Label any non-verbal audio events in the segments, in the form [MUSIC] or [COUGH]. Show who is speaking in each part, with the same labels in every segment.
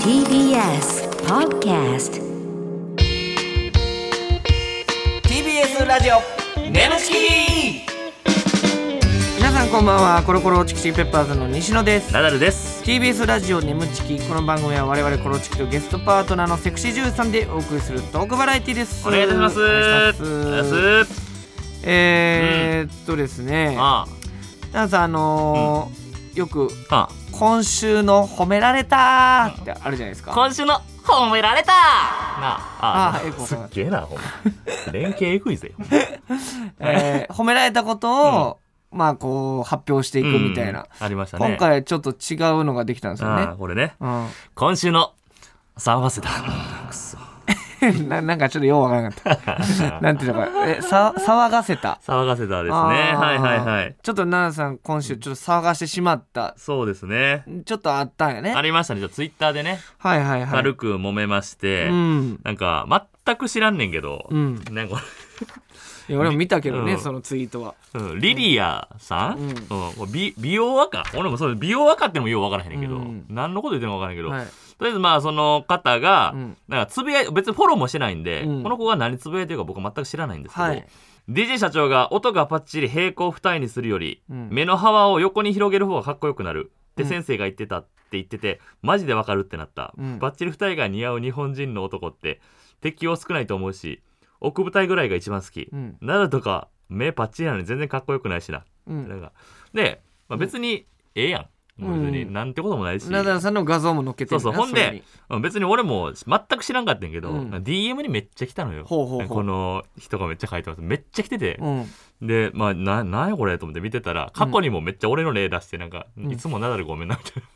Speaker 1: TBS Podcast
Speaker 2: TBS ラジオネムチキ皆さんこんばんはコロコロチキチキペッパーズの西野です
Speaker 3: ナダルです。
Speaker 2: TBS ラジオネムチキこの番組は我々コロチキとゲストパートナーのセクシージューさんでお送りするトークバラエティです
Speaker 3: お願いいたします。
Speaker 2: お願いし
Speaker 3: お願
Speaker 2: ま
Speaker 3: いし
Speaker 2: す
Speaker 3: ます
Speaker 2: えー、っとですね
Speaker 3: あ
Speaker 2: 皆さんあのーよく
Speaker 3: あ、あ
Speaker 2: 今週の褒められたーってあるじゃないです
Speaker 3: あ。
Speaker 2: か
Speaker 3: 今週の褒められた。なあ、
Speaker 2: あエコー
Speaker 3: すっげえな、ほんま。連携エグいぜ。ほんま
Speaker 2: えー褒められたことを、まあこう発表していくみたいな、
Speaker 3: うんありましたね。
Speaker 2: 今回ちょっと違うのができたんですよ
Speaker 3: あ
Speaker 2: ね
Speaker 3: あ、これね。
Speaker 2: うん
Speaker 3: 今週の騒がせだ。くそ。
Speaker 2: [LAUGHS] ななんかちょっとようわからなか
Speaker 3: [LAUGHS]
Speaker 2: った。なんていうのか、え、さ、騒がせた。
Speaker 3: 騒がせだですね。
Speaker 2: あー
Speaker 3: はいはいはい。
Speaker 2: ちょっと奈々さん、今週ちょっと騒がしてしまった。
Speaker 3: そうですね。
Speaker 2: ちょっとあったんやね。
Speaker 3: ありましたね。じゃあツイッターでね、
Speaker 2: はいはいはい。
Speaker 3: 軽く揉めまして、
Speaker 2: うん。
Speaker 3: なんか全く知らんねんけど、
Speaker 2: うん。
Speaker 3: なんか
Speaker 2: いや、俺も見たけどね、
Speaker 3: うん
Speaker 2: そのツイートは。
Speaker 3: うんリリアさん、
Speaker 2: うん
Speaker 3: うん美美容赤俺もそう美容赤ってのもよう分からへんねんけど、
Speaker 2: うん
Speaker 3: 何のこと言ってんのか分からへんけど、
Speaker 2: はい。
Speaker 3: とりあえずまあその方が、
Speaker 2: うん
Speaker 3: なんかつぶやい別にフォローもしてないんで、
Speaker 2: うん
Speaker 3: この子が何つぶやいてるか僕は全く知らないんですけど、
Speaker 2: はい。
Speaker 3: DJ 社長が音がパッチリ平行二重にするより、
Speaker 2: うん
Speaker 3: 目の幅を横に広げる方がかっこよくなるって
Speaker 2: うん
Speaker 3: 先生が言ってたって言ってて、マジでわかるってなった、
Speaker 2: うん
Speaker 3: バッチリ二重が似合う日本人の男って適応少ないと思うし奥二重ぐらいが一番好き、
Speaker 2: うん。
Speaker 3: なるとか目パッチリなのに全然かっこよくないしな
Speaker 2: う
Speaker 3: なん
Speaker 2: ん。
Speaker 3: かで、まあ、別にええやん、もう別
Speaker 2: う
Speaker 3: に
Speaker 2: ん
Speaker 3: なんてこともないし、
Speaker 2: 奈々さんの画像も載っけてるな
Speaker 3: そうそうほんで
Speaker 2: れに
Speaker 3: うん別に俺も全く知らんかったんやけど、
Speaker 2: うん
Speaker 3: DM にめっちゃ来たのよ
Speaker 2: ほうほうほう
Speaker 3: この人がめっちゃ書いてますめっちゃ来てて
Speaker 2: う、ん。
Speaker 3: でまあななんやこれと思って見てたら過去にもめっちゃ俺の例出してなんか、
Speaker 2: うん
Speaker 3: いつもナダルごめんなみたいな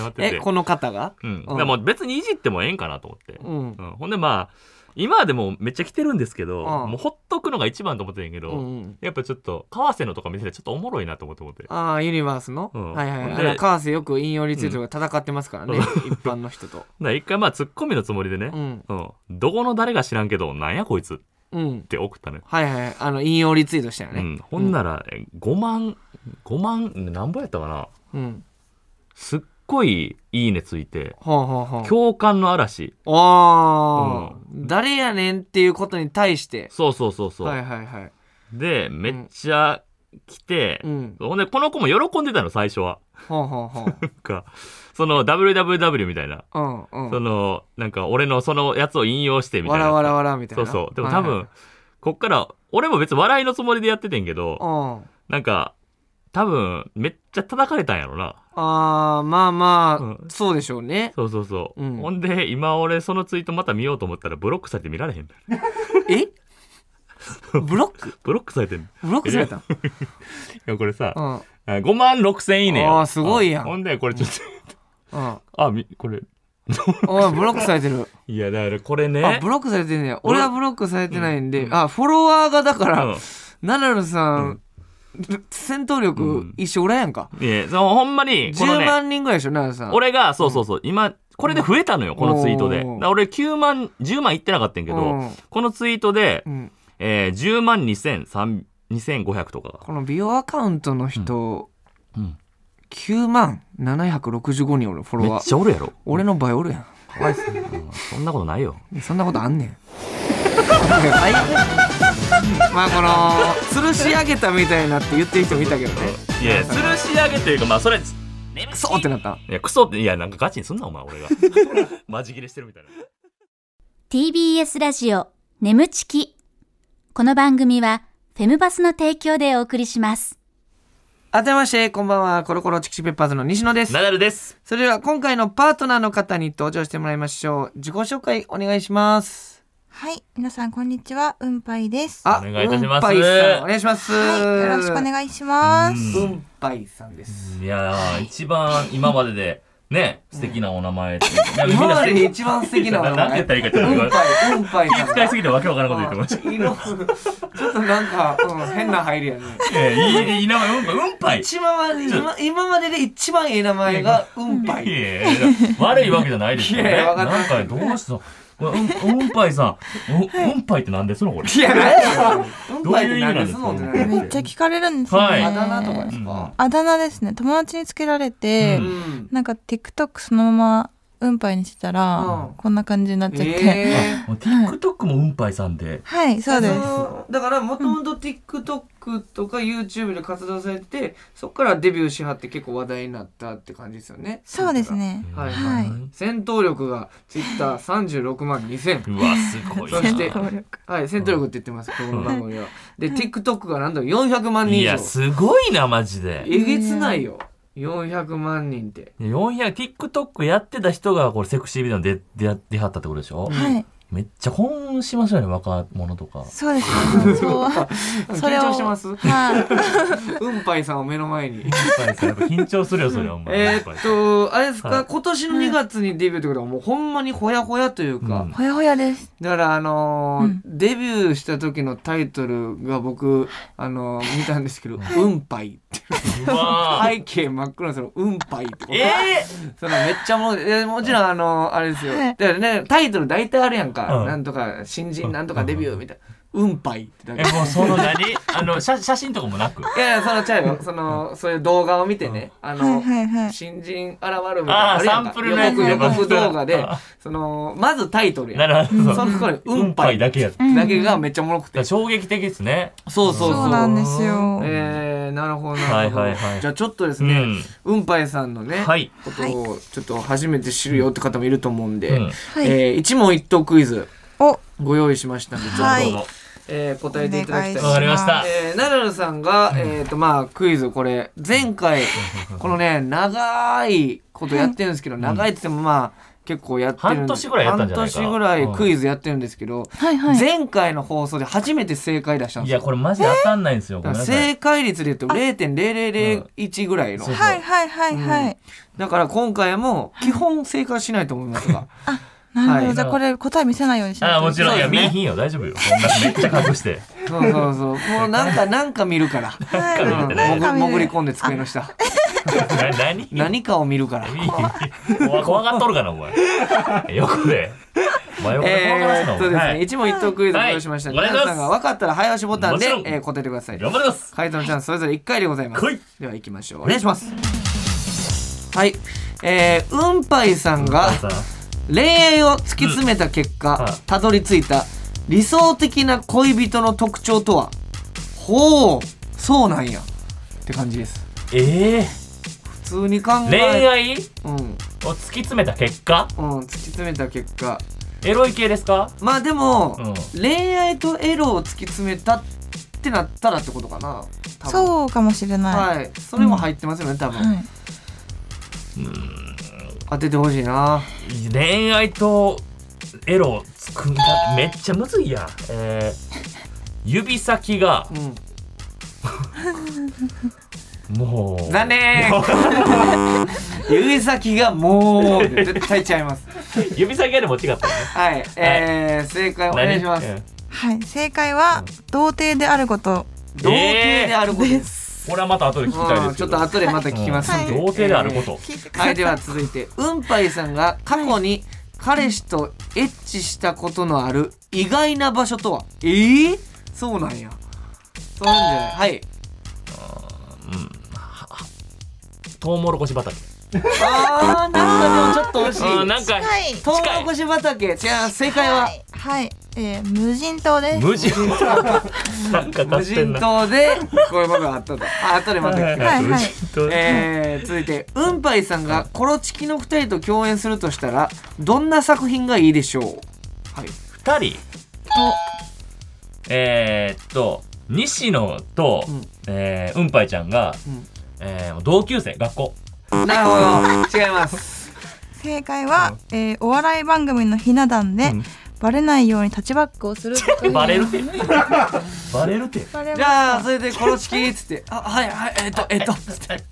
Speaker 3: [LAUGHS] 謝って
Speaker 2: え、
Speaker 3: て
Speaker 2: この方が。
Speaker 3: うん、でも別にいじってもええんかなと思って、
Speaker 2: うん。
Speaker 3: うんほんでまあ今はでもめっちゃ来てるんですけど、
Speaker 2: うん
Speaker 3: もうほっとくのが一番と思ってんやけど、
Speaker 2: うんうん。
Speaker 3: やっぱちょっと川瀬のとか見ててちょっとおもろいなと思って思って
Speaker 2: ああ、ユニバースの。
Speaker 3: うん
Speaker 2: はいはい。
Speaker 3: で
Speaker 2: あの川瀬よく引用リツイートが戦ってますからね、
Speaker 3: うん
Speaker 2: 一般の人と。
Speaker 3: だから一回まあツッコミのつもりでね、
Speaker 2: うん。
Speaker 3: うんどこの誰が知らんけどなんやこいつっ
Speaker 2: うん。
Speaker 3: て送ったのよ、
Speaker 2: はいはい。あの、引用リツイートしたよ
Speaker 3: う
Speaker 2: ね。
Speaker 3: ん、ほんならえ5万5万何本やったかな
Speaker 2: うん。
Speaker 3: すっごいいいねついて
Speaker 2: ほうほうほう。
Speaker 3: 共感の嵐
Speaker 2: ああ、誰やねんっていうことに対して
Speaker 3: そうそうそうそう、
Speaker 2: はいはいはい
Speaker 3: でめっちゃ来て
Speaker 2: う、ん
Speaker 3: ほんでこの子も喜んでたの最初は [LAUGHS]
Speaker 2: ほうほうほう
Speaker 3: なんかその WWW みたいな、
Speaker 2: うんうん
Speaker 3: そのなんか俺のそのやつを引用してみた
Speaker 2: わ
Speaker 3: いな
Speaker 2: らわらわらみたい
Speaker 3: そ
Speaker 2: な
Speaker 3: うそうでも多分、
Speaker 2: はい
Speaker 3: こっから俺も別に笑いのつもりでやっててんけど、
Speaker 2: はいうん
Speaker 3: なんか、多分、めっちゃ叩かれたんやろな。
Speaker 2: ああまあまあ、
Speaker 3: うん
Speaker 2: そうでしょうね
Speaker 3: そうそうそう。
Speaker 2: うん
Speaker 3: ほんで、今俺そのツイートまた見ようと思ったらブロックされて見られへん。
Speaker 2: えブロック
Speaker 3: ブロックされてん。い
Speaker 2: ブロックされたの
Speaker 3: や、これさ、
Speaker 2: うんうん
Speaker 3: あ5万6千いいねよ。
Speaker 2: あーすごいやん
Speaker 3: あほんで、これちょっ
Speaker 2: あ
Speaker 3: と、あ、みこれ、
Speaker 2: あブロックされてる
Speaker 3: いや、だからこれね。
Speaker 2: あブロックされてんねや俺はブロックされてないんで、あフォロワーがだから、ナダルさん、戦闘
Speaker 3: う
Speaker 2: 力
Speaker 3: ん
Speaker 2: 一緒おらんやんか、
Speaker 3: うん。いや、そのほんまに、この
Speaker 2: 10
Speaker 3: ね、
Speaker 2: 万人ぐらいでしょナダルさん
Speaker 3: 俺が、そうそうそう、今、これで増えたのよ、このツイートで。だ
Speaker 2: おー
Speaker 3: から俺9万、10万いってなかったんやけ
Speaker 2: う
Speaker 3: ど、
Speaker 2: ん
Speaker 3: このツイートで
Speaker 2: う、ん
Speaker 3: えー、10万2500とか。
Speaker 2: この美容アカウントの人、
Speaker 3: うん
Speaker 2: 9万765人おるフォ
Speaker 3: め
Speaker 2: ロ
Speaker 3: っ
Speaker 2: ワー
Speaker 3: ちゃおるやろ。
Speaker 2: 俺の倍おるや
Speaker 3: うんそんなことないよ。
Speaker 2: んそんなことあんね
Speaker 3: [LAUGHS]
Speaker 2: ん最悪まあこの吊るし上げたみたいなって言ってる人もいたけどね
Speaker 3: いや、吊るし上げというか、まあ、それ、い
Speaker 2: クソってなった
Speaker 3: や、クソって、いや、なんかガチにすんな、お前、俺が。 [LAUGHS] マジ切れしてるみたいな。
Speaker 4: TBS ラジオ眠ちきこの番組はフェムバスの提供でお送りします
Speaker 2: あてましてこんばんはコロコロチキチキペッパーズの西野です
Speaker 3: ナダルです。
Speaker 2: それでは今回のパートナーの方に登場してもらいましょう自己紹介お願いします
Speaker 5: はい、皆さんこんにちは、うんぱいです。
Speaker 2: あ
Speaker 3: お願いいたしま
Speaker 2: う
Speaker 3: す
Speaker 2: んぱいさんお願いします、
Speaker 5: はい、よろしくお願いします。
Speaker 2: うんぱいさんです
Speaker 3: いやー、一番今までで、ね、素敵なお名前っていうか。みん
Speaker 2: 今
Speaker 3: な
Speaker 2: までで一番素敵な
Speaker 3: な
Speaker 2: の
Speaker 3: なん
Speaker 2: が
Speaker 3: て言ったらいいかちょっ
Speaker 2: うん
Speaker 3: と。
Speaker 2: ぱい、うんぱいなんだ
Speaker 3: 使いすぎてわけわからんこと言ってまし
Speaker 2: 色ちょっとなんか、うん、変な入りやね。
Speaker 3: た。いやいい、いい名前、うんぱい、うんぱい。
Speaker 2: 一番今今までで一番いい名前が、うんぱ
Speaker 3: い
Speaker 2: い。
Speaker 3: やいや悪いわけじゃないですよ
Speaker 2: いやい
Speaker 3: ね。
Speaker 2: やわかって
Speaker 3: な
Speaker 2: ます
Speaker 3: んかどうしたうんうんぱいさん、うんうんぱいってなんですのこれ。
Speaker 2: いや、何やろ。
Speaker 3: どういう意味なんですか
Speaker 2: うんぱいって何
Speaker 5: めっちゃ聞かれるんですよね。
Speaker 3: はい
Speaker 2: あだ名とかですか
Speaker 5: あだ名ですね。友達につけられて、
Speaker 3: うん
Speaker 2: ん。
Speaker 5: なんか TikTok そのままうんぱいにしてたら、
Speaker 2: うん
Speaker 5: こんな感じになっちゃって。
Speaker 2: え
Speaker 3: もう TikTok もうんぱいさんで。
Speaker 5: はい、そうです。
Speaker 2: す。だから、もともと TikTok とか YouTube で活動されて、そこからデビューしはって結構話題になったって感じですよね。
Speaker 5: そうです。ね。
Speaker 2: はい
Speaker 5: はい
Speaker 2: 戦闘力が Twitter36 万2000。
Speaker 3: うわ、すごい
Speaker 2: そして
Speaker 3: な。
Speaker 5: 登録
Speaker 2: はい、戦闘力って言ってます、この番組は。で、TikTok がなんと400万人以
Speaker 3: い
Speaker 2: 上
Speaker 3: や、。すごいな、マジで。
Speaker 2: えげつないよ。400万人って。
Speaker 3: 400、TikTok やってた人が、これ、セクシービデオに出、出、出はったってことでしょ
Speaker 5: はい、
Speaker 3: めっちゃ本しますよね、若者とか。
Speaker 5: そうですね。そう。そ
Speaker 2: 緊
Speaker 5: れを
Speaker 2: 張してます
Speaker 5: はい。
Speaker 2: うんぱいさんを目の前
Speaker 3: [LAUGHS]
Speaker 2: に。
Speaker 3: やっぱ緊張するよ、それは。お前
Speaker 2: えーっ、と、あれですか、
Speaker 3: はい
Speaker 2: 今年の2月にデビューってことはもうほんまにほやほやというか、
Speaker 3: うん
Speaker 5: ほやほやです。
Speaker 2: だからあのー
Speaker 5: うん
Speaker 2: デビューした時のタイトルが僕、あのー見たんですけど、うんぱいって。
Speaker 3: うわー
Speaker 2: 背景真っ黒のそのうんぱいってこと。
Speaker 3: え
Speaker 2: そのめっちゃもう、えーもちろんあのーあれですよ。
Speaker 5: は
Speaker 2: だ
Speaker 5: い
Speaker 2: からね、タイトル大体あるやんか。
Speaker 3: うん
Speaker 2: なんとか、新人なんとかデビューみたいな。うんぱいってだけ
Speaker 3: [LAUGHS] え、もうその何あの、写写真とかもなく。
Speaker 2: いやいや、そのちゃうよ。その、そういう動画を見てね、あ
Speaker 5: は
Speaker 2: の
Speaker 5: い、はいはい。
Speaker 2: 新人現るみたいなあ
Speaker 3: ああ、
Speaker 2: れや
Speaker 3: サ
Speaker 2: んか
Speaker 3: ンプルのやつ
Speaker 5: で
Speaker 2: 予
Speaker 5: ま
Speaker 2: 告
Speaker 5: す
Speaker 2: 予告動画で
Speaker 3: あ
Speaker 2: そのまずタイトルや
Speaker 3: なんるほど。
Speaker 2: そのところに「う
Speaker 3: うんん
Speaker 2: ぱ
Speaker 3: ぱ
Speaker 2: い」
Speaker 3: い
Speaker 2: だ
Speaker 3: だけやった。だか
Speaker 2: けがめっちゃおもろくて
Speaker 3: ら衝撃的ですね。
Speaker 2: そうそう
Speaker 5: そ
Speaker 2: そう
Speaker 5: なんですよ。
Speaker 2: えー、なるほどな
Speaker 3: は
Speaker 2: る
Speaker 3: い
Speaker 2: ほど、
Speaker 3: はいはい
Speaker 2: じゃあちょっとですね、うん、ぱいさんのね、
Speaker 3: はい。
Speaker 2: ことをちょっと初めて知るよって方もいると思うんで、
Speaker 3: うん
Speaker 5: はい
Speaker 2: えー一問一答クイズ
Speaker 5: お、
Speaker 2: ご用意しましたんでちょっと、
Speaker 5: はい
Speaker 3: どうも
Speaker 2: えー答えていただきたい
Speaker 5: お願いし
Speaker 3: わかりました。
Speaker 2: えー、ナダルさんが、えーとまあ、クイズこれ前回このね長いことやってるんですけど、長いって言ってもまあ結構やってる
Speaker 3: 半年ぐらいやったんじゃないか
Speaker 2: 半年ぐらいクイズやってるんですけど、
Speaker 5: はいはい。
Speaker 2: 前回の放送で初めて正解出したん
Speaker 3: い
Speaker 2: です
Speaker 3: や、
Speaker 2: よ
Speaker 3: これマジで当たんないんですよ。ご
Speaker 2: だ
Speaker 3: めん
Speaker 2: から
Speaker 3: なさい。
Speaker 2: 正解率で言うと0.0001ぐらいの、
Speaker 3: そう
Speaker 5: はいはいはいはい。
Speaker 2: だから今回も基本正解しないと思いますが
Speaker 5: なるほ
Speaker 2: は
Speaker 5: ど。
Speaker 2: い
Speaker 5: じゃあこれ答え見せないようにしない
Speaker 3: ああ、
Speaker 5: と
Speaker 3: もちろん。いや、
Speaker 2: そうで
Speaker 3: 見
Speaker 2: すね
Speaker 3: えひんよ。大丈夫よ。こんなめっちゃ
Speaker 2: [LAUGHS]
Speaker 3: 隠して。
Speaker 2: そうそうそうもうなんかなんか見るから、
Speaker 5: はい。
Speaker 2: うん
Speaker 5: なんか
Speaker 2: 潜り
Speaker 5: 見る
Speaker 2: 潜り込んで机の下
Speaker 3: な何
Speaker 2: 何かを見るから
Speaker 3: 怖怖がっとるかな、
Speaker 2: [LAUGHS]
Speaker 3: お前。横で。真横で怖がら
Speaker 2: え
Speaker 3: すな、
Speaker 2: ー、
Speaker 3: お
Speaker 2: そうですね、
Speaker 3: 前。
Speaker 2: 一問一答クイズを用意しました、
Speaker 3: はい
Speaker 2: 皆さんが分かったら早押しボタンで、
Speaker 3: もちろん
Speaker 2: えー答えてください
Speaker 3: 頑張ります。
Speaker 2: 回答のチャンスそれぞれ1回でございます
Speaker 3: 来い
Speaker 2: では行きましょうお願いしますはいえー、うんぱいさんが
Speaker 3: さ
Speaker 2: 恋愛を突き詰めた結
Speaker 3: うん
Speaker 2: 果
Speaker 3: はい
Speaker 2: たどり着いた理想的な恋人の特徴とはほうそうなんやって感じです
Speaker 3: ええ。
Speaker 2: 普通に考え
Speaker 3: 恋愛を
Speaker 2: うん
Speaker 3: 突き詰めた結果
Speaker 2: うん、突き詰めた結果
Speaker 3: エロい系ですか
Speaker 2: まあでも、
Speaker 3: う
Speaker 2: 恋愛とエロを突き詰めたってなったらってことかな多分
Speaker 5: そうかもしれない。
Speaker 2: はいそれも入ってますよね多分、
Speaker 5: はい。
Speaker 2: 当ててほしいな
Speaker 3: 恋愛とエロをつくんだめっちゃむずいやんえー、指先が
Speaker 2: うん
Speaker 3: もう
Speaker 2: 残
Speaker 3: [LAUGHS]
Speaker 2: 念指先がもう絶対ちゃいます
Speaker 3: 指先がでも違ったよね
Speaker 2: はいえー、正解お願いします
Speaker 3: 何
Speaker 5: はい。正解は、童貞であること。
Speaker 2: 童貞であることです、
Speaker 3: これはまた後で聞きたいで
Speaker 2: うん
Speaker 3: す
Speaker 2: ち
Speaker 3: け
Speaker 2: ょっ
Speaker 3: ど
Speaker 2: と後でまた聞きますんで、
Speaker 3: うん童貞であること、
Speaker 5: 聞いてくだ
Speaker 2: は
Speaker 5: さ
Speaker 2: い
Speaker 5: い。
Speaker 2: では続いてうんぱいさんが過去に彼氏とエッチしたことのある意外な場所とはえー、そうなんやそうなんじゃないはい
Speaker 3: トウモロコシ畑
Speaker 2: あーなんかでもちょっと惜し
Speaker 3: うん
Speaker 2: い
Speaker 3: なんか
Speaker 5: はい。
Speaker 2: トウモロコシ畑違う正解は
Speaker 5: はい。えー、無人島です。
Speaker 3: 無 [LAUGHS] 人なんか
Speaker 2: 無
Speaker 3: 足して
Speaker 2: 人
Speaker 3: んな
Speaker 2: 島でこういうことがあったとあ後でまた聞きます
Speaker 5: はい
Speaker 3: 無
Speaker 5: はい
Speaker 3: 人島
Speaker 2: えー、続いてうんぱいさんがコロチキの2人と共演するとしたらどんな作品がいいでしょうはい
Speaker 3: 二人えー、っと西野と、
Speaker 2: うん
Speaker 3: えーうんぱいちゃんが、
Speaker 2: うん
Speaker 3: えー同級生学校
Speaker 2: なるほど違います
Speaker 5: 正解は、えー、お笑い番組のひな壇で、
Speaker 3: うん
Speaker 5: バレないようにタッチバックをする
Speaker 2: [LAUGHS]
Speaker 5: とか
Speaker 3: バレるて [LAUGHS] バレるて
Speaker 5: バレま
Speaker 2: じゃあそれでコロチキっつってあはいはいえっ、とえっ、と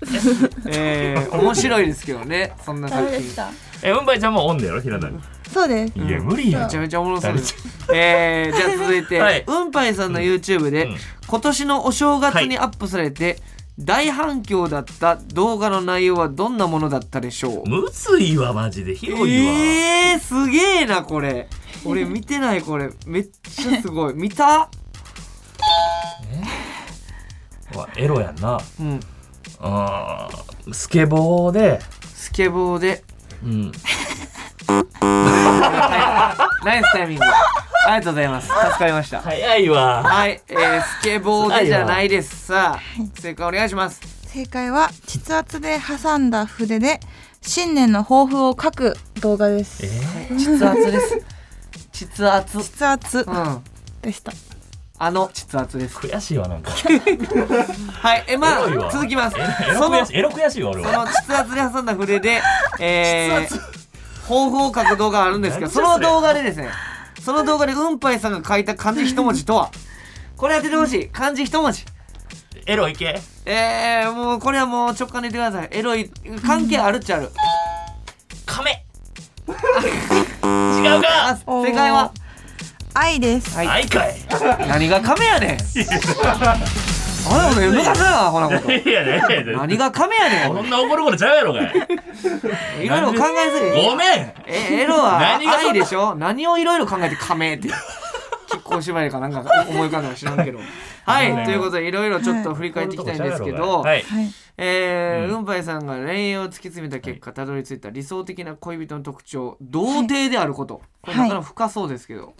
Speaker 3: [LAUGHS]
Speaker 2: えー、面白いですけどねそんな
Speaker 5: ダ
Speaker 2: 作
Speaker 5: メで
Speaker 2: 品
Speaker 5: した
Speaker 3: えうんばいちゃんもおんねやろひな壇に
Speaker 5: そうです
Speaker 3: いや無理や
Speaker 2: め
Speaker 3: ん
Speaker 2: ちゃめちゃおもろそうです。えー、じゃあ続いて、
Speaker 3: はい
Speaker 2: うんぱいさんの YouTube で、
Speaker 3: うん
Speaker 2: 今年のお正月にアップされて、大反響だった動画の内容はどんなものだったでしょう
Speaker 3: むずいわマジで広いわ、
Speaker 2: えー、すげえなこれ俺見てないこれめっちゃすごい見た
Speaker 3: うわエロやんな
Speaker 2: うん
Speaker 3: あースケボーで、
Speaker 2: スケボーで
Speaker 3: うん、
Speaker 2: ナイスタイミングありがとうございます助かりました
Speaker 3: 早いわ
Speaker 2: はい、えー、スケボーでじゃないですさあ正解お願いします
Speaker 5: 正解は筆圧で挟んだ筆で新年の抱負を書く動画で
Speaker 3: え
Speaker 5: す
Speaker 3: ー、
Speaker 2: 膣圧です膣圧う
Speaker 5: 筆圧
Speaker 2: ん
Speaker 5: でした、
Speaker 2: あの膣圧です
Speaker 3: 悔しいわなんか
Speaker 2: はいえ [LAUGHS] ま
Speaker 3: エロいわ
Speaker 2: あ続きます
Speaker 3: エロエロ
Speaker 2: その
Speaker 3: 悔しいエロ悔しいわ俺
Speaker 2: その
Speaker 3: は
Speaker 2: 膣圧で挟んだ筆で、えー、抱負を書く動画あるんですけど、
Speaker 3: 何
Speaker 2: そ
Speaker 3: じゃそ
Speaker 2: の
Speaker 3: れ
Speaker 2: 動画でですね、その動画でうんぱいさんが書いた漢字一文字とは、これ当ててほしい。漢字一文字。
Speaker 3: エロいけ
Speaker 2: えー、もうこれはもう直感で言ってください。エロい、関係あるっちゃある。 [LAUGHS]
Speaker 3: 亀違う
Speaker 2: あ、
Speaker 3: か
Speaker 5: おー
Speaker 2: 正解は
Speaker 5: 愛です、
Speaker 2: はい
Speaker 3: 愛かい
Speaker 2: 何が亀やねん。あれ、俺、昔だな、ほなこと。
Speaker 3: いやね
Speaker 2: 何が亀やねん
Speaker 3: こんな怒ることちゃうやろがい
Speaker 2: 俺。いろいろ考えすぎて。
Speaker 3: ごめん
Speaker 2: え、エロは
Speaker 3: 何がそんな
Speaker 2: 愛でしょ何をいろいろ考えて亀って。結婚縛りかなんか思い浮かんだか知らんけど。はい、ということでいろいろちょっと振り返っていきたいんですけど、
Speaker 3: はい
Speaker 5: はい、
Speaker 2: えー
Speaker 3: うん
Speaker 2: うんぱいさんが恋愛を突き詰めた結果たどり着いた理想的な恋人の特徴童貞であることこれなかなか深そうですけど、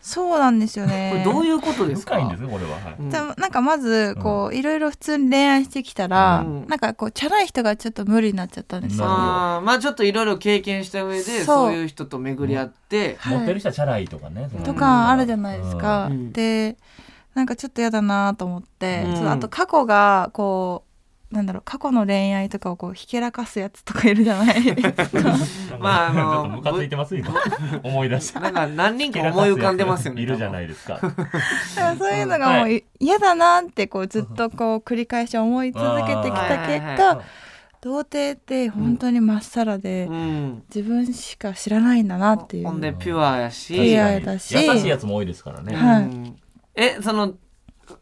Speaker 5: そうなんですよ
Speaker 2: これ
Speaker 5: ね
Speaker 2: どういうことですか
Speaker 3: 深いんですねこれははい
Speaker 2: うん
Speaker 5: でもなんかまずこういろいろ普通に恋愛してきたら、
Speaker 2: うん
Speaker 5: なんかこうチャラい人がちょっと無理になっちゃったんですよ、
Speaker 3: なるほど
Speaker 2: あーまあちょっといろいろ経験した上でそういう人と巡り合って、
Speaker 5: はい
Speaker 3: 持ってる人はチャラいとかねその
Speaker 5: とかあるじゃないですか、
Speaker 2: うん
Speaker 5: でなんかちょっと嫌だなと思って、
Speaker 2: うん
Speaker 5: そうあと過去がこうなんだろう過去の恋愛とかをこうひけらかすやつとかいるじゃ
Speaker 2: [LAUGHS]
Speaker 5: ないですか
Speaker 2: まああの
Speaker 3: [LAUGHS] ちょっとムカついてます今思い出した
Speaker 2: なんか何人か思い浮かんでますよね
Speaker 3: [LAUGHS] いるじゃないいですか
Speaker 5: だからそういうのがも
Speaker 3: は
Speaker 5: うい嫌だなってこうずっとこう繰り返し思い続けてきた結
Speaker 2: あ
Speaker 5: 果童貞って本当にまっさらで、
Speaker 2: うん、
Speaker 5: 自分しか知らないんだなっていう
Speaker 2: ほんでピュアやし、
Speaker 5: ピュア
Speaker 3: 確かに
Speaker 5: だし
Speaker 3: 優しいやつも多いですから
Speaker 2: う
Speaker 3: ね
Speaker 5: はい
Speaker 2: んえその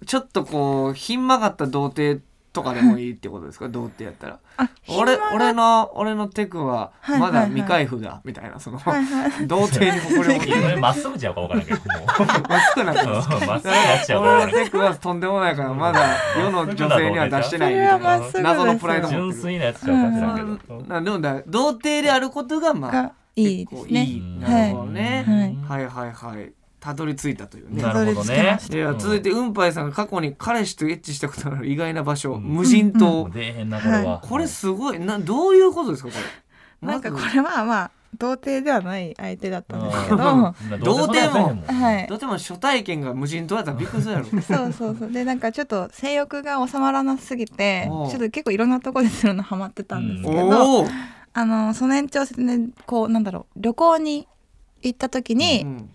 Speaker 2: ちょっとこうひん曲がった童貞とかでもいいってことですか童貞やったら
Speaker 5: あ
Speaker 2: 俺
Speaker 5: 暇が
Speaker 2: 俺の俺のテクは
Speaker 5: はい
Speaker 2: ま
Speaker 5: はい
Speaker 2: だ
Speaker 5: はい
Speaker 2: 未開封だみたいなその
Speaker 5: はいはい
Speaker 2: 童貞に誇りを持っ
Speaker 3: いやこ
Speaker 2: て
Speaker 3: れまっすぐちゃうかわからんけどもう [LAUGHS]
Speaker 2: まっすぐなってます
Speaker 3: まっすぐになっちゃうかわ
Speaker 2: 俺の
Speaker 3: からんけ
Speaker 2: テクはとんでもないからまだ世の女性には出してない
Speaker 5: [LAUGHS]
Speaker 2: みたい
Speaker 5: それ
Speaker 2: な
Speaker 5: はまっすぐですよ
Speaker 2: 謎のプライド
Speaker 3: ど
Speaker 5: う
Speaker 2: も
Speaker 3: 純粋なやつちゃうか知らんけど
Speaker 2: なでもだ童貞であることがまあ
Speaker 5: がいいですね
Speaker 2: いい
Speaker 3: うん
Speaker 2: なるほどね、
Speaker 5: はい
Speaker 2: はい、はいはいたどり着いたというね
Speaker 3: なるほどね
Speaker 2: では続いてうんぱいさんが過去に彼氏とエッチしたことのある意外な場所、
Speaker 3: うん
Speaker 2: 無人島、
Speaker 3: 出えへんなこれは
Speaker 2: これすごいなどういうことですかこれ
Speaker 5: なんかこ
Speaker 2: まず
Speaker 5: れはまあ童貞ではない相手だったんですけど、
Speaker 3: うん
Speaker 5: は
Speaker 2: 童貞も
Speaker 5: い
Speaker 2: ど。うしても初体験が無人島やったらびっくりするやろ
Speaker 5: そうそうそうでなんかちょっと性欲が収まらなすぎてち
Speaker 2: お
Speaker 5: ょ
Speaker 2: う
Speaker 5: っと結構いろんなとこでするのハマってたんですけど、
Speaker 2: おお、
Speaker 5: あのその延長線でねこうなんだろう旅行に行った時
Speaker 2: う
Speaker 5: に、
Speaker 2: ん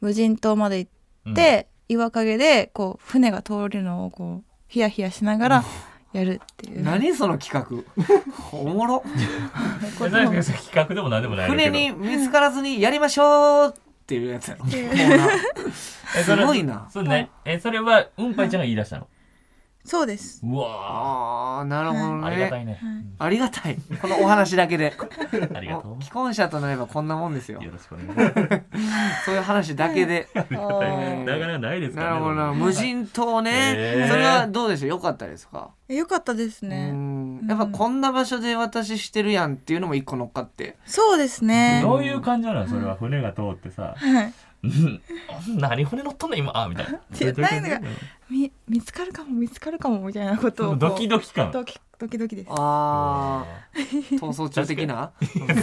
Speaker 5: 無人島まで行
Speaker 3: うん
Speaker 5: って、岩陰でこう船が通るのをこうヒヤヒヤしながらやるっていう。
Speaker 2: 何その企画 [LAUGHS] おもろ
Speaker 3: これ何ですか企画でも何でもないけど
Speaker 2: 船に見つからずにやりましょうっていうやつやろコーナー
Speaker 3: えそれ
Speaker 2: すごいな
Speaker 3: そうねえそれはうんぱいちゃんが言い出したの
Speaker 5: そうです。
Speaker 3: うわ
Speaker 2: あーなるほ
Speaker 3: ー
Speaker 2: ど
Speaker 3: ありがた
Speaker 2: ね
Speaker 3: いね
Speaker 2: ありがたいこのお話だけで
Speaker 3: ありがと
Speaker 2: も
Speaker 3: う
Speaker 2: う既婚者となればこんなもんですよ
Speaker 3: よろしくお願いします
Speaker 2: そういう話だけで
Speaker 3: なかなかないですか
Speaker 2: な
Speaker 3: ら
Speaker 2: る
Speaker 3: ね
Speaker 2: ほどな無人島ね
Speaker 3: へー
Speaker 2: それはどうでしょう良かったですか
Speaker 5: えよかったです
Speaker 2: う
Speaker 5: ね。
Speaker 2: んやっぱこんな場所で私してるやんっていうのも一個乗っかって
Speaker 5: そうですね。
Speaker 3: どういう感情なのそれは船が通ってさ
Speaker 5: はい。
Speaker 3: うん何船乗っとんの今みたい [LAUGHS] な
Speaker 5: 絶対なんかみ見つかるかも見つかるかもみたいなことをこ
Speaker 3: [LAUGHS]
Speaker 5: う
Speaker 3: ドキドキ感
Speaker 5: ドキドキドキです。
Speaker 2: あー逃走中的な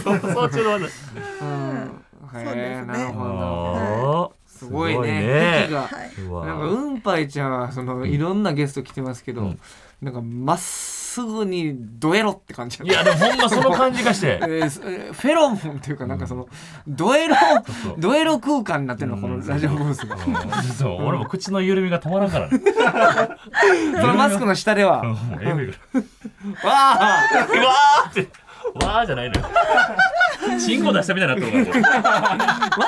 Speaker 3: そうそうちょっと待って
Speaker 2: うん
Speaker 5: そうです
Speaker 2: へ
Speaker 5: ね
Speaker 2: えなるほど
Speaker 3: おー
Speaker 2: すごいね息が
Speaker 5: はい。
Speaker 3: う
Speaker 2: な
Speaker 3: わ
Speaker 2: んかうんぱいちゃんはそのいろんなゲスト来てますけど、
Speaker 3: うん
Speaker 2: なんかまっすぐにドエロって感じだっ
Speaker 3: い
Speaker 2: た
Speaker 3: やでもほんまその感じがして
Speaker 2: [LAUGHS] えーすえーフェロモンっていうかなんかそのドエロ
Speaker 3: そう
Speaker 2: ドエロ空間になってるのこ
Speaker 3: う
Speaker 2: の
Speaker 3: ん
Speaker 2: ラジオブースが
Speaker 3: うんそう俺も口の緩みが止まらんからね
Speaker 2: そのマスクの下では
Speaker 3: うん
Speaker 2: わ
Speaker 3: もうエグいから
Speaker 2: あ
Speaker 3: うわーってわーじゃないのよチンコ出したみたいになってるからこれわ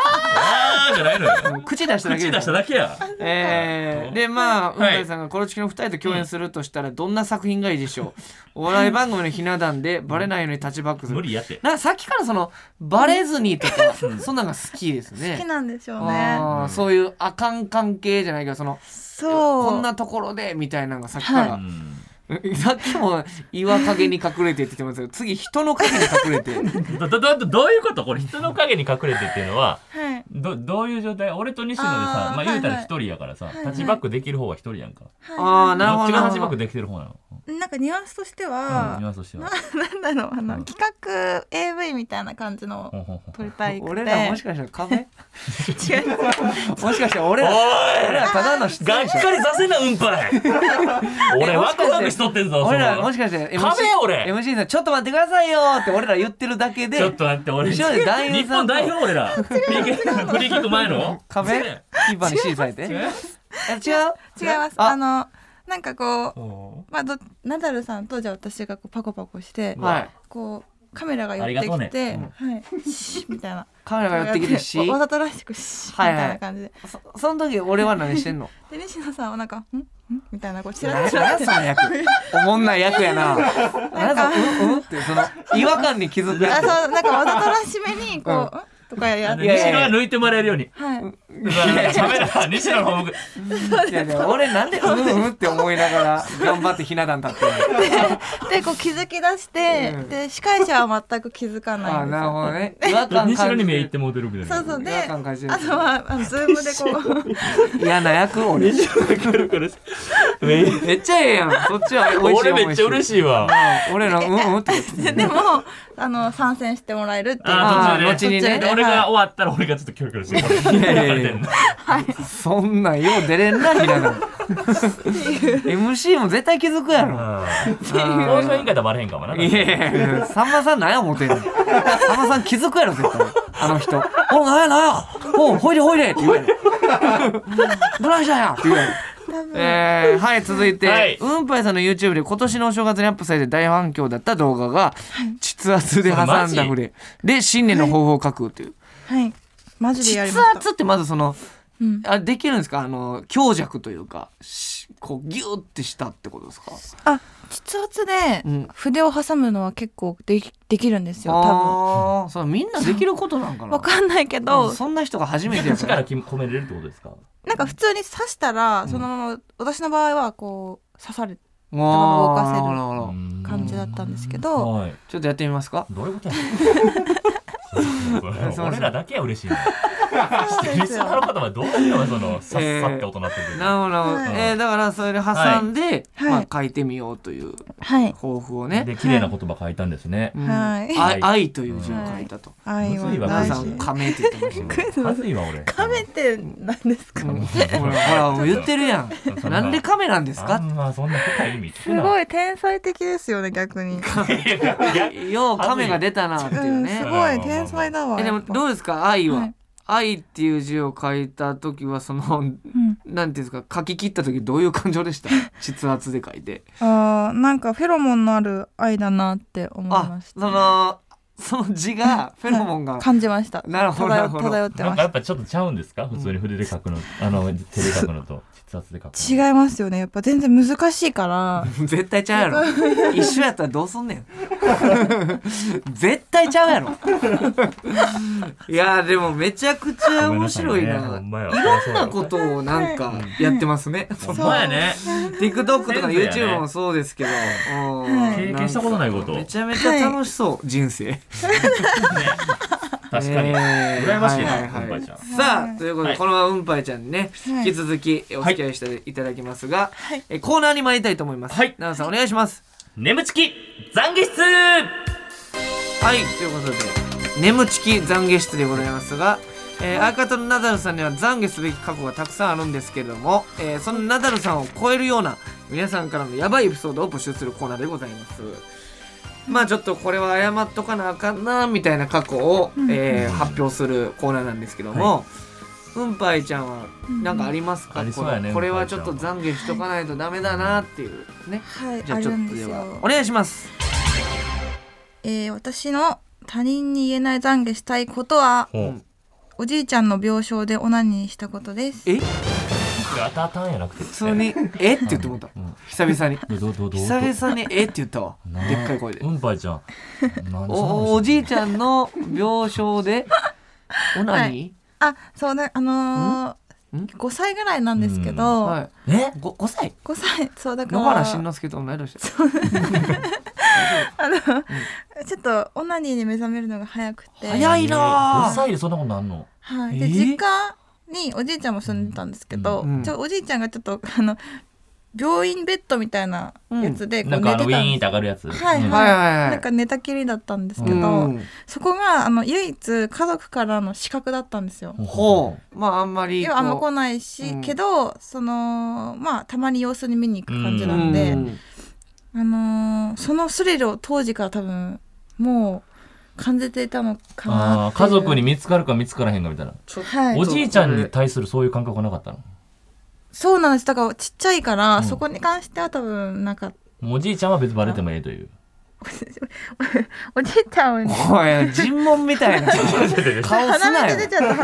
Speaker 3: ーじゃないのよ
Speaker 2: 口出しただけ
Speaker 3: 口
Speaker 2: で
Speaker 3: 出
Speaker 2: す
Speaker 3: しただけや
Speaker 2: えー、でまあ、うんたいさんがコロチキの2人と共演するとしたらどんな作品がいいでしょう、お笑い番組のひな壇でバレないようにタッチバックする
Speaker 3: 無理やって
Speaker 2: なさっきからそのバレずにとか [LAUGHS] そんなんが好きですね
Speaker 5: 好きなんでしょうね
Speaker 2: あーそういうあかん関係じゃないけどその
Speaker 5: そう
Speaker 2: こんなところでみたいなのがさっきから、
Speaker 3: う
Speaker 5: は
Speaker 3: ん
Speaker 2: [LAUGHS] さっきも岩陰に隠れてって言ってますけど次人の陰に隠れて
Speaker 3: どどどどういうことこれ人の影に隠れてっていうのは
Speaker 5: はい
Speaker 3: どどういう状態俺と西野でさ
Speaker 5: あー
Speaker 3: まあ言うたら一人やからさ、
Speaker 5: いはい
Speaker 3: タッチバックできる方は一人やんか、
Speaker 2: ああなるほ
Speaker 3: どっ
Speaker 2: ど
Speaker 3: ちが
Speaker 2: な
Speaker 3: タ
Speaker 2: る
Speaker 3: ッチバッ
Speaker 2: ほど
Speaker 3: クできてる方なの、うん
Speaker 5: なんかニュアンスとして
Speaker 3: うん、ニュア
Speaker 5: は
Speaker 3: ンスとしては
Speaker 5: ななんだろうあの、
Speaker 3: うん
Speaker 5: 企画 AV みたいな感じの
Speaker 3: ほんほんほん
Speaker 5: 撮りたいくて
Speaker 2: 俺らもしかしたらカフェ
Speaker 5: 違います
Speaker 2: もしかしたら俺ら俺らただの出
Speaker 3: がっ
Speaker 2: 演者
Speaker 3: かりさせなうんぱい
Speaker 2: [LAUGHS]
Speaker 3: 俺ワクワクしとってんぞ
Speaker 2: 俺ら
Speaker 3: その
Speaker 2: もしかして
Speaker 3: カフェや俺
Speaker 2: MC さんちょっと待ってくださいよって俺ら言ってるだけで
Speaker 3: ちょっと待って俺
Speaker 2: 後ろで男優
Speaker 3: 日
Speaker 2: さ
Speaker 3: 本
Speaker 2: んと
Speaker 3: 代表
Speaker 2: [LAUGHS]
Speaker 3: 俺らフリーキックフリーキック前の
Speaker 2: カフェキーパーに指示されて
Speaker 3: 違
Speaker 2: え違う
Speaker 3: う
Speaker 5: 違いますあ
Speaker 2: あ
Speaker 5: のなんかこう
Speaker 3: お
Speaker 5: まあどナダルさんとじゃあ私がこうパコパコして、
Speaker 3: う
Speaker 2: はい
Speaker 5: こうカメラが寄ってきて、
Speaker 3: ありが
Speaker 5: はいシッみたいな
Speaker 2: カメラが寄ってきてし
Speaker 5: わわざとらしくシッ
Speaker 2: はいはい
Speaker 5: みたいな感じで、
Speaker 2: そその時俺は何してんの
Speaker 5: で西野さんはなんかんんみたいなこうちら
Speaker 2: 何
Speaker 5: ち
Speaker 2: そ
Speaker 5: ら
Speaker 2: の
Speaker 5: って
Speaker 2: 役おもんない役やな何
Speaker 5: か
Speaker 2: だうんうんってその違和感に気づく
Speaker 5: あ
Speaker 2: や
Speaker 5: そ
Speaker 2: つ
Speaker 5: うなんかわざとらしめにこう、
Speaker 2: うん
Speaker 5: んとかやっ
Speaker 3: 西
Speaker 5: て
Speaker 2: いやいや
Speaker 3: 野が抜いてもらえるように
Speaker 5: はい、
Speaker 3: うわ [LAUGHS] カメラ西野の方向
Speaker 2: いやいや俺なんでうんうんって思いながら頑張ってひな壇立ってるの
Speaker 5: でこう気づき出して、
Speaker 2: うん
Speaker 5: で司会者は全く気づか
Speaker 2: あ
Speaker 5: ない
Speaker 2: ー
Speaker 5: んです
Speaker 2: なる
Speaker 5: よ
Speaker 2: ほどね違和感
Speaker 3: 西野
Speaker 2: 感
Speaker 3: に
Speaker 2: じ
Speaker 3: 目いっててもうてるみたい
Speaker 5: そう
Speaker 3: な
Speaker 5: そうで
Speaker 2: 違和感感じる
Speaker 5: あとはあのズーム
Speaker 2: [LAUGHS]
Speaker 5: でこう
Speaker 2: 嫌な役俺 [LAUGHS] めっちゃええやんそっちは美味しい
Speaker 3: 俺めっちゃ嬉
Speaker 2: しい
Speaker 3: しいわ
Speaker 2: 俺らうんうんって
Speaker 5: ででもあの参戦してもらえるっていう
Speaker 3: あー
Speaker 2: 途中で
Speaker 5: 途
Speaker 2: ね
Speaker 3: で俺が終わったら俺がちょっとキョロキョロしてる
Speaker 2: いやいやいやそんなんよう出れんなひな壇 [LAUGHS] MC も絶対気づくやろ
Speaker 3: 放送委員会とバレへんかもない
Speaker 2: やいやいや、さんまさん何や思ってんのさんまさん気づくやろ絶対あの人「おなんやなんやおほいでほいで」って言うやろ「どないしたんや」って言うやろえー、はい続いて、
Speaker 3: はい
Speaker 2: うんぱいさんの YouTube で今年のお正月にアップされて大反響だった動画が膣圧で挟ん
Speaker 3: マジ
Speaker 2: だフレで新年の抱負を書くっていう
Speaker 5: はいマジで
Speaker 2: 膣
Speaker 5: やりました
Speaker 2: 圧ってまずその
Speaker 5: うん
Speaker 2: あできるんですかあの強弱というかしこうギューってしたってことですか
Speaker 5: あ、筆圧で
Speaker 2: うん
Speaker 5: 筆を挟むのは結構できできるんですよ。多
Speaker 2: ああそうみんなできることなんか
Speaker 5: 分。
Speaker 2: な
Speaker 5: わかんないけど
Speaker 2: うん、そんな人が初めてや [LAUGHS] か
Speaker 3: 力
Speaker 2: ら。
Speaker 3: 込めれるってことですか
Speaker 5: なんか普通に刺したらそのまま私の場合はこう刺さる
Speaker 2: もう
Speaker 5: 頭動かせる
Speaker 2: なほど
Speaker 5: 感じだったんですけ
Speaker 3: う
Speaker 5: ど、
Speaker 3: んはい
Speaker 2: ちょっとやってみますか。
Speaker 3: どういうこと
Speaker 2: [LAUGHS]
Speaker 3: や
Speaker 2: ん
Speaker 3: 俺らだけは嬉しいな
Speaker 5: そう
Speaker 3: リ
Speaker 5: です
Speaker 3: ス
Speaker 5: よ。
Speaker 3: ナーの方はどういうのがそのさっ
Speaker 2: えー
Speaker 3: さって音なってるけど
Speaker 2: なるほど。
Speaker 5: はい
Speaker 2: えーだからそれで挟んで、
Speaker 5: はい
Speaker 2: まあ書いてみようという
Speaker 5: はい
Speaker 2: 抱負をね。
Speaker 3: で綺麗な言葉書いたんですね
Speaker 2: うん
Speaker 5: はい
Speaker 2: あ
Speaker 3: はい
Speaker 2: 愛という字を書いたと。
Speaker 5: 愛
Speaker 3: むずい
Speaker 5: は
Speaker 3: わ
Speaker 2: 奈
Speaker 5: 大
Speaker 2: 々
Speaker 5: 事
Speaker 2: さん。仮名って言ってま [LAUGHS] したけど。
Speaker 3: はずいわ俺
Speaker 5: カメって何ですか
Speaker 2: う。んほらほらもう言ってるや
Speaker 3: そ
Speaker 2: ん。
Speaker 3: ん
Speaker 2: な
Speaker 3: なん
Speaker 2: で亀なんです
Speaker 3: あ
Speaker 2: か。
Speaker 3: んまそんな深い意味聞く
Speaker 5: す
Speaker 3: な
Speaker 5: ごい天才的ですよね逆に。
Speaker 2: よう亀が出たなっていううん
Speaker 5: す
Speaker 2: ね。
Speaker 5: ごい天才だわ。
Speaker 2: えでも
Speaker 5: やっぱ
Speaker 2: どうですか愛
Speaker 5: は。
Speaker 2: はい愛っていう字を書いた時はその
Speaker 5: うん
Speaker 2: なんていうんですか書き切った時どういう感情で [LAUGHS] した？筆圧で書いて。
Speaker 5: あーなんかフェロモンのある愛だなって思い
Speaker 2: あ
Speaker 5: まし
Speaker 2: そ
Speaker 5: た。
Speaker 2: のその [LAUGHS] 字がフェロモンが
Speaker 5: 感じました。
Speaker 2: なるほどなる
Speaker 5: 漂
Speaker 2: ほど
Speaker 5: 漂って
Speaker 3: な
Speaker 5: ま
Speaker 3: んか
Speaker 5: した
Speaker 3: やっぱちょっとちゃうんですか普通に筆で書くのあの手で書くのと筆圧で書くの
Speaker 5: 違いますよねやっぱ全然難しいから
Speaker 2: 絶対ちゃう [LAUGHS] やろ一緒やったらどうすんねん絶対ちゃうやろ [LAUGHS] いやーでもめちゃくちゃ面白いな
Speaker 3: ごめんなさいねほんまや
Speaker 2: いろんなことをなんかやってますね、
Speaker 3: ほんまやね
Speaker 2: TikTok とか
Speaker 3: 全部やね
Speaker 2: YouTube もそうですけど、うん
Speaker 3: 経験したことないこと
Speaker 2: んかめちゃめちゃ楽しそう、人生
Speaker 3: 確かに
Speaker 2: えー
Speaker 3: 羨ましいな
Speaker 2: ははは
Speaker 3: うんぱいちゃん
Speaker 2: さあということ
Speaker 3: は
Speaker 2: で
Speaker 3: い
Speaker 2: このままうんぱいちゃんにね引き続きお付き合いしていただきますがえコーナーに参りたいと思います
Speaker 3: はい
Speaker 2: 奈々さんお願いします
Speaker 3: 眠ちき懺悔室
Speaker 2: はいということで「眠ちき懺悔室」でございますがえー相方のナダルさんには懺悔すべき過去がたくさんあるんですけれどもえーそのナダルさんを超えるような皆さんからのヤバいエピソードを募集するコーナーでございますまあちょっとこれは謝っとかなあかんなみたいな過去を、えー発表するコーナーなんですけども、うんぱいちゃんはなんかありますか、
Speaker 3: あり
Speaker 2: こ
Speaker 3: そうやね
Speaker 2: のこれはちょっと懺悔しとかないとダメだなっていうね、
Speaker 5: はい
Speaker 2: じゃ
Speaker 5: あ
Speaker 2: あちょ
Speaker 5: るん
Speaker 2: っと
Speaker 5: で
Speaker 2: ですは
Speaker 5: よ
Speaker 2: お願いします
Speaker 5: えー私の他人に言えない懺悔したいことは
Speaker 3: ほう
Speaker 2: うん
Speaker 5: おじいちゃんの病床でオナニーしたことです
Speaker 2: え
Speaker 3: これ当たったんやなくて普
Speaker 2: 普通に「 [LAUGHS] えっ?」て言ってもった
Speaker 3: うん
Speaker 2: 久々に
Speaker 3: どうどうどうどう
Speaker 2: 久々に「えっ?」って言ったわ
Speaker 3: なあ
Speaker 2: でっかい声で
Speaker 3: うんぱいちゃん何
Speaker 2: おお
Speaker 3: い
Speaker 2: じいちゃんの病床でオナニ
Speaker 5: あそうだあの
Speaker 2: んん
Speaker 5: ー、5歳ぐらいなんですけ
Speaker 2: ー
Speaker 5: ど、
Speaker 2: はい
Speaker 3: え
Speaker 2: ご5歳
Speaker 5: 5歳そうだか
Speaker 2: 野
Speaker 5: ら
Speaker 2: 原しんのすけと同い年
Speaker 5: あの、ちょっとオナニーに目覚めるのが早くて
Speaker 2: 早いなあ
Speaker 3: 5歳でそんなことなんの
Speaker 5: はい、で、
Speaker 2: えー
Speaker 5: 実家におじいちゃんも住んでたんですけど、
Speaker 2: うん
Speaker 5: ちょおじいちゃんがちょっとあの病院ベッドみたいなやつでこ
Speaker 3: な
Speaker 5: うん
Speaker 3: か
Speaker 5: 寝
Speaker 3: あの
Speaker 5: て
Speaker 3: ウィ
Speaker 5: た
Speaker 3: ーン
Speaker 5: ん
Speaker 3: っ
Speaker 5: で
Speaker 3: て上がるやつ
Speaker 5: す、はいは
Speaker 2: は
Speaker 5: い、
Speaker 2: いはいはい
Speaker 5: なんか寝たきりだったんですけ
Speaker 2: う
Speaker 5: ど、
Speaker 2: ん
Speaker 5: そこがあの唯一家族からの資格だったんですよ。
Speaker 3: うん
Speaker 2: ほうまああんまり
Speaker 5: 要はあんま来
Speaker 2: う
Speaker 5: ないし、
Speaker 2: うん
Speaker 5: けどそのまあたまに様子に見に行く感じなんで、
Speaker 2: うん
Speaker 5: あのーそのスリルを当時から多分もう感じていたのかな
Speaker 3: あー
Speaker 5: ってい
Speaker 3: 家
Speaker 5: う
Speaker 3: 族に見つかるか見つからへんかみたいな
Speaker 5: はい
Speaker 3: おじいちゃんに対するそういう感覚はなかったの
Speaker 5: そうなんですだからちっちゃいから、
Speaker 3: うん
Speaker 5: そこに関しては多分なんか
Speaker 3: おじいちゃんは別にバレてもええと [LAUGHS] いう
Speaker 5: おじいちゃんを
Speaker 2: おい尋問みたいな
Speaker 5: [LAUGHS]
Speaker 3: [LAUGHS]
Speaker 2: 顔すな
Speaker 5: 鼻
Speaker 2: よ
Speaker 5: 水出ちゃった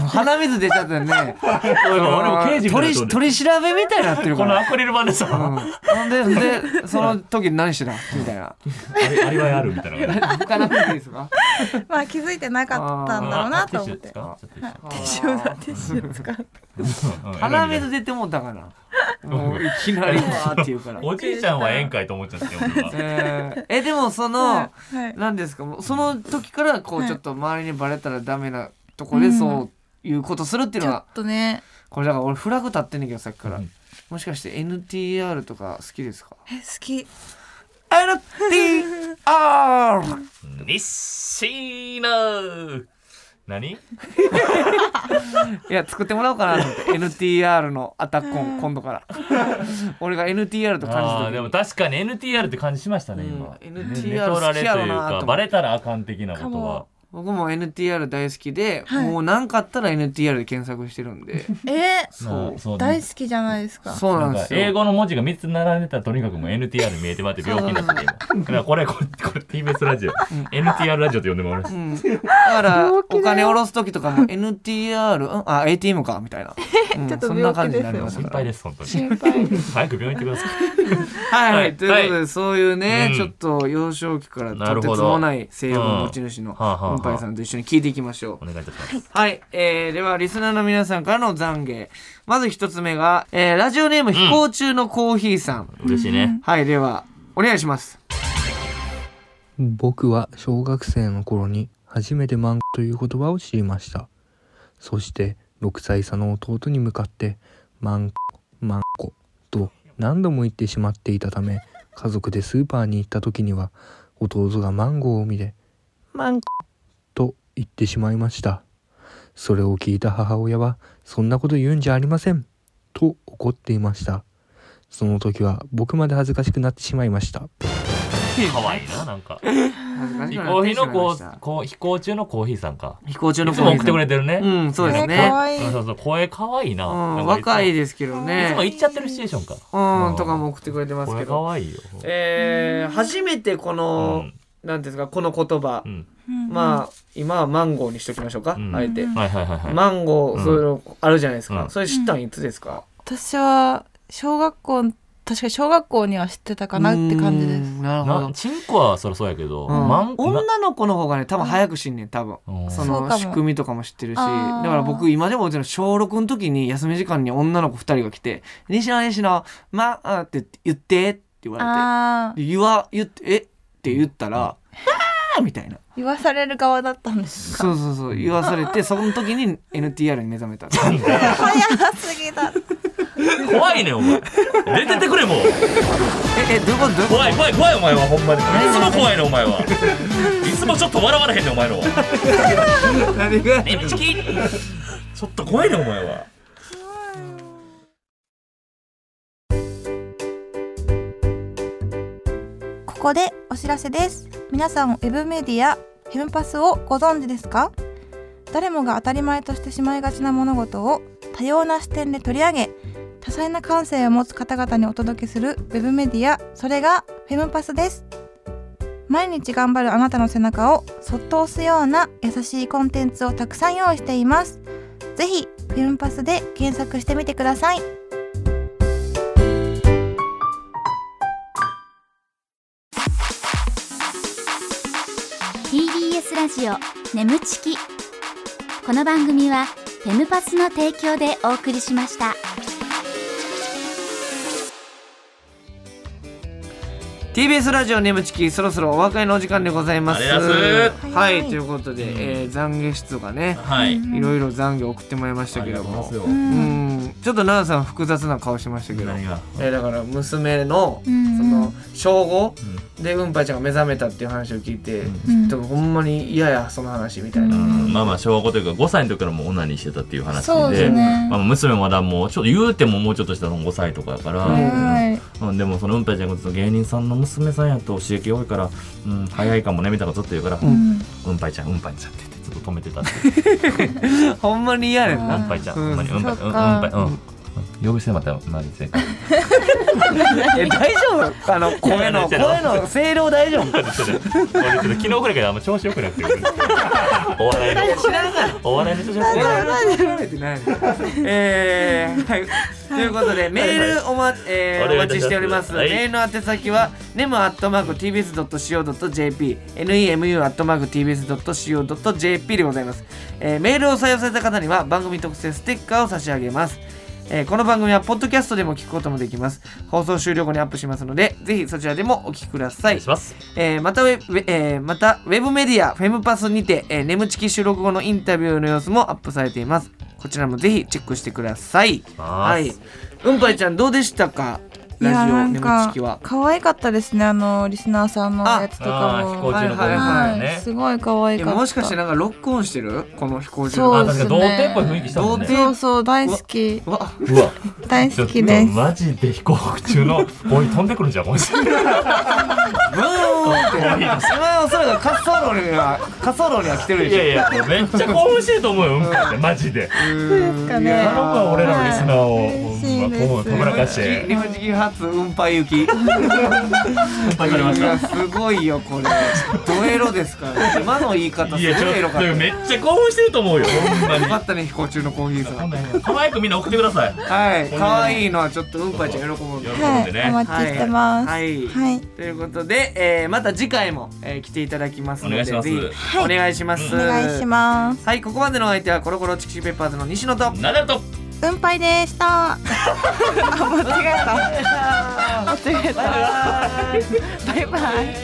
Speaker 5: 鼻水出ちゃ
Speaker 2: 鼻水出ちゃ
Speaker 5: った
Speaker 2: ったよね
Speaker 3: 俺も刑事みたいな
Speaker 2: 取り取り調べみたいになってる
Speaker 3: こ
Speaker 2: か
Speaker 3: の
Speaker 2: ら
Speaker 3: アクリル板でさ
Speaker 2: うん、ででその時何してたみたい
Speaker 5: [LAUGHS]
Speaker 2: な
Speaker 3: あれアリバイあるみたいな
Speaker 2: 行かなくていいですか
Speaker 5: まあ気づいてなかったんだろうなと思って
Speaker 3: あティッシュ使っちゃって
Speaker 2: 鼻水出てもうたか
Speaker 3: [LAUGHS]
Speaker 2: なもういきなりわーって言うから
Speaker 3: おじいちゃんは宴会と思っちゃって俺は
Speaker 2: えーえでもその
Speaker 5: はいはい
Speaker 2: 何ですかもうその時からこう
Speaker 5: はい
Speaker 2: ちょっと周りにバレたらダメなとこでそういうことするっていう
Speaker 5: ち
Speaker 2: の
Speaker 5: ょ
Speaker 2: は
Speaker 5: っとね
Speaker 2: これだから俺フラグ立ってんねんけどさっきから
Speaker 3: うん
Speaker 2: もしかして NTR とか好きです
Speaker 5: [LAUGHS]
Speaker 2: か
Speaker 5: え好き
Speaker 2: NTR
Speaker 3: 西野何
Speaker 2: いや作ってもらおうかなと思
Speaker 3: [LAUGHS]
Speaker 2: って NTR のアタックン今度から [LAUGHS] 俺が NTR と
Speaker 3: あ
Speaker 2: 感
Speaker 3: ー
Speaker 2: じ
Speaker 3: で
Speaker 2: て
Speaker 3: も確かに NTR って感じしましたね
Speaker 2: うん
Speaker 3: 今
Speaker 2: NTR
Speaker 3: ね寝取られと
Speaker 2: 好きやろ
Speaker 3: いう
Speaker 2: なと思っ
Speaker 3: か
Speaker 2: て
Speaker 3: バレたらあかん的なことは
Speaker 2: 僕も NTR 大好きで、
Speaker 5: はい
Speaker 2: もう何かあったら NTR で検索してるんで
Speaker 5: え
Speaker 2: そう
Speaker 3: まあそうね
Speaker 5: 大好きじゃないですか
Speaker 2: そうなんで
Speaker 3: なんか
Speaker 2: すよ
Speaker 3: 英語の文字が3つ並んでたらとにかくもう NTR 見えてまって病気になってて今だからこれこれこれ TBS ラジオ NTR ラジオって呼んでもらいま
Speaker 2: う
Speaker 3: す
Speaker 2: ん、だ
Speaker 5: [LAUGHS]
Speaker 2: からお金下ろす時とかも NTR うんあ ATM かみた
Speaker 5: [LAUGHS]
Speaker 2: いな、うん、
Speaker 5: ちょっと
Speaker 2: そんな感じになり
Speaker 5: 病気
Speaker 2: ます
Speaker 3: 心
Speaker 2: か
Speaker 3: 配
Speaker 2: ら
Speaker 3: です本当に
Speaker 5: 心配
Speaker 3: 早く病院行ってください
Speaker 2: はい、は、
Speaker 3: はいい
Speaker 2: ということで、そういうね、
Speaker 3: うん
Speaker 2: ちょっと幼少期から
Speaker 3: な
Speaker 2: と
Speaker 3: る
Speaker 2: て
Speaker 3: ほど
Speaker 2: つもない性欲の持ち主の
Speaker 3: うんはあはあはあ
Speaker 2: うんぱいさんと一緒に聞いていきましょう
Speaker 3: お願いいたします
Speaker 2: はい、えー、ではリスナーの皆さんからの懺悔まず一つ目が、えー、ラジオネーム飛行中のコーヒーさん、
Speaker 3: 嬉しいね
Speaker 2: はいではお願いします
Speaker 6: 僕は小学生の頃に初めて漫画という言葉を知りました。そして6歳差の弟に向かって漫画、漫画と何度も言ってしまっていたため、家族でスーパーに行った時には弟がマンゴーを見て、マンゴと言ってしまいました。それを聞いた母親は、そんなこと言うんじゃありませんと怒っていました。その時は僕まで恥ずかしくなってしまいました。
Speaker 3: 可愛いななんか
Speaker 2: 恥ずかしく
Speaker 3: 飛
Speaker 2: なっ
Speaker 3: 行
Speaker 2: てしまい
Speaker 3: 飛のこ
Speaker 2: ま
Speaker 3: う
Speaker 2: した
Speaker 3: こう飛行中のコーヒーさんか
Speaker 2: 飛行中
Speaker 3: い
Speaker 2: の
Speaker 3: つ
Speaker 2: コー
Speaker 3: も
Speaker 2: ヒー
Speaker 3: 送ってくれ
Speaker 2: て
Speaker 3: てるね
Speaker 2: うんそうです
Speaker 5: えー可
Speaker 2: ね、
Speaker 5: 愛い
Speaker 3: そうそうそう声可愛いな
Speaker 2: うん、
Speaker 3: なんか
Speaker 2: 若い
Speaker 3: つ
Speaker 2: ですけど
Speaker 3: も
Speaker 2: ね
Speaker 3: いつも行っちゃってるシチュエーションか
Speaker 2: うんとかも送ってくれてますけ
Speaker 3: 声
Speaker 2: ど
Speaker 3: 可愛いよ
Speaker 2: えー、初めてこの、なんですかこの言葉、
Speaker 3: うん
Speaker 2: まあ今はマンゴーにしときましょうか、
Speaker 3: うん
Speaker 2: あえて、
Speaker 3: はいはいはいはい
Speaker 2: マンゴー、
Speaker 3: うん
Speaker 2: そういうのあるじゃないですか、
Speaker 3: うん
Speaker 2: それ知ったんいつですか、
Speaker 5: 私は小学校確かに小学校には知ってたかなって感じです
Speaker 2: すなるほど
Speaker 3: なチンコはそりゃそうやけ
Speaker 2: う
Speaker 3: ど、
Speaker 2: ん
Speaker 3: マンコ
Speaker 2: 女の子の方がね多分早く死んねん多分
Speaker 3: うん
Speaker 2: そ
Speaker 5: そう
Speaker 2: の
Speaker 5: かも
Speaker 2: 仕組みとかも知ってるしだ
Speaker 5: あ
Speaker 2: か
Speaker 5: ー
Speaker 2: ら僕今でもうちの小6の時に休み時間に女の子2人が来て「西野西野まあ」って言ってって言わ
Speaker 5: ああ
Speaker 2: れてで言わ言って「えっ?」て言ったら「あーみたいな
Speaker 5: 言わされる側だったんです
Speaker 2: そうそうそう言わされてその時に NTR に目覚めた
Speaker 5: 早すぎだ
Speaker 3: 怖いねんお前出てってくれもう
Speaker 2: ええどういうことどういうこ
Speaker 3: 怖い怖い怖いお前はほんまにいつも怖いねんお前はいつもちょっと笑われへんねんお前の
Speaker 2: と何が
Speaker 3: ネムチキちょっと怖いねんお前は
Speaker 5: ここでお知らせです皆さんもウェブメディアヘムパスをご存知ですか誰もが当たり前としてしまいがちな物事を多様な視点で取り上げ多彩な感性を持つ方々にお届けするウェブメディアそれがフェムパスです毎日頑張るあなたの背中をそっと押すような優しいコンテンツをたくさん用意していますぜひフェムパスで検索してみてください
Speaker 4: 「TBS ラジオ眠ちき」この番組はフェムパスの提供でお送りしました。
Speaker 2: TBS ラジオネムチキそろそろお別れのお時間でございます
Speaker 3: ありがとうございます
Speaker 2: はいということで、
Speaker 3: うん
Speaker 2: えー、懺悔室がね
Speaker 3: はい。
Speaker 2: いろいろ懺悔送ってもらいました
Speaker 3: あ
Speaker 2: け
Speaker 3: りが
Speaker 2: ど
Speaker 3: とうご
Speaker 2: も
Speaker 3: ざいま
Speaker 5: う
Speaker 3: す
Speaker 2: う
Speaker 3: よ。
Speaker 2: んんちょっと奈々さん複雑な顔しましたけど
Speaker 3: 何が。
Speaker 2: えー、だから娘の
Speaker 4: う
Speaker 2: そ
Speaker 4: んうん
Speaker 2: の小5
Speaker 3: うん
Speaker 2: でうんぱいちゃんが目覚めたっていう話を聞いて、
Speaker 5: うん
Speaker 2: ちょっとほんまに嫌やその話みたいな、
Speaker 3: うんまあまあ小5というか5歳の時からもうオナニーしてたっていう話で
Speaker 4: そうですね
Speaker 3: まあ、娘もまだもうちょっと言うてももうちょっとしたら5歳とかやから、
Speaker 5: はい
Speaker 3: うん、でもそのうんぱいちゃんがずっと芸人さんの娘さんやと刺激多いから、うん、早いかもねみたいなことずっと言うから、うん、ぱいちゃんうんぱいちゃんって言ってちょっと止めてたっていう
Speaker 2: ほんまに嫌やねん
Speaker 3: う
Speaker 2: な、
Speaker 3: んぱいちゃん
Speaker 2: うん
Speaker 3: ほんまにうんぱい
Speaker 5: そ
Speaker 3: うんう
Speaker 5: っ
Speaker 3: ん
Speaker 5: か
Speaker 3: ぱいうん呼び捨てまたマジ [LAUGHS] 正解
Speaker 2: え大丈夫あの声の声の声量大丈
Speaker 3: [LAUGHS]
Speaker 2: 夫
Speaker 3: 俺ちょっと昨日ぐらいからあんま調子よくなくてお笑いの
Speaker 2: 知らんがな
Speaker 3: お笑いの調子よくなくて
Speaker 2: えー、はい、ということでメールおま、えー、お
Speaker 3: お願い
Speaker 2: 待ち
Speaker 3: いたします
Speaker 2: しております、
Speaker 3: はい
Speaker 2: メールの宛先は nemu.tbs.co.jp nemu.tbs.co.jp でございます、えー、メールを採用された方には番組特製ステッカーを差し上げますえーこの番組はポッドキャストでも聞くこともできます放送終了後にアップしますのでぜひそちらでもお聞きくださ
Speaker 3: お
Speaker 2: い
Speaker 3: 願いします
Speaker 2: えーまたウェブ、えーまたウェブメディアフェムパスにて、えー、眠ちき収録後のインタビューの様子もアップされていますこちらもぜひチェックしてください
Speaker 3: ま
Speaker 2: は
Speaker 3: す
Speaker 2: いうんぱいちゃんどうでしたか
Speaker 5: いや
Speaker 2: ラジオ
Speaker 5: な
Speaker 2: 眠ち
Speaker 5: んか
Speaker 2: きは
Speaker 5: 可愛かったですねあのリスナーさんのやつと
Speaker 3: あ
Speaker 5: か
Speaker 3: あー飛
Speaker 5: も
Speaker 3: 行中の子
Speaker 2: はいはい
Speaker 5: は
Speaker 3: の
Speaker 5: い、
Speaker 3: ね
Speaker 5: すごい可愛
Speaker 2: い
Speaker 5: か
Speaker 2: や
Speaker 5: った
Speaker 2: もしかしてなんかロックオンしてるこの飛行中
Speaker 5: そ
Speaker 3: あ
Speaker 5: うです
Speaker 3: 確かに
Speaker 5: ね
Speaker 3: 童貞っぽい雰囲気したもん
Speaker 2: 童
Speaker 3: ね
Speaker 2: 貞
Speaker 5: そうそう大好
Speaker 2: [LAUGHS]
Speaker 5: き
Speaker 2: うわ
Speaker 3: うわ
Speaker 5: 大
Speaker 3: ちょ
Speaker 5: 好
Speaker 3: っ
Speaker 5: き
Speaker 3: と
Speaker 5: です
Speaker 3: マジで飛行中のボイ飛んでくるんじゃんもし
Speaker 2: ブーンってお前はそれが滑走路に
Speaker 3: [LAUGHS]
Speaker 2: は滑走路には来てるで
Speaker 3: い
Speaker 2: しょ
Speaker 3: やいや、めっちゃ興奮してると思うよ、うんこって、マジで。
Speaker 2: です
Speaker 5: かね
Speaker 3: 頼むわ、俺らのリスナーを、
Speaker 5: 嬉しいです
Speaker 3: ほんま、とぶらかして。
Speaker 2: 眠ちき初うんぱい行き
Speaker 3: わかりまし
Speaker 2: いや
Speaker 3: た。
Speaker 2: すごいよこれドエロですから今の言い方すご
Speaker 3: い
Speaker 2: い
Speaker 3: や、ち
Speaker 2: エ
Speaker 3: ょ
Speaker 2: ロ
Speaker 3: っ
Speaker 2: かった
Speaker 3: と、めっちゃ興奮してると思うよ、ほんま [LAUGHS]
Speaker 2: よ
Speaker 3: に
Speaker 2: か。ったね飛行中のコーヒーさん
Speaker 3: 可愛くみんな送ってください。
Speaker 2: はい可愛いのはちょっとうんぱいちゃん喜ぶんで
Speaker 3: 喜
Speaker 5: は
Speaker 3: んで
Speaker 5: い、
Speaker 3: ね
Speaker 5: お待ちしてます。
Speaker 2: は
Speaker 5: はい、
Speaker 2: い、
Speaker 5: はい
Speaker 2: ということで、えー、また次回も、えー、来ていただきますの
Speaker 3: お願
Speaker 2: で
Speaker 3: いします
Speaker 2: ぜひお願いします、
Speaker 5: お願いします。
Speaker 2: はいここまでのお相手はコロコロチキシペッパーズの西野と
Speaker 3: なんだと。
Speaker 5: うんぱいでした。あ、 [LAUGHS] 間違えた。間違えた。バ
Speaker 2: バイ
Speaker 3: [LAUGHS]
Speaker 5: イバイ。
Speaker 2: バイ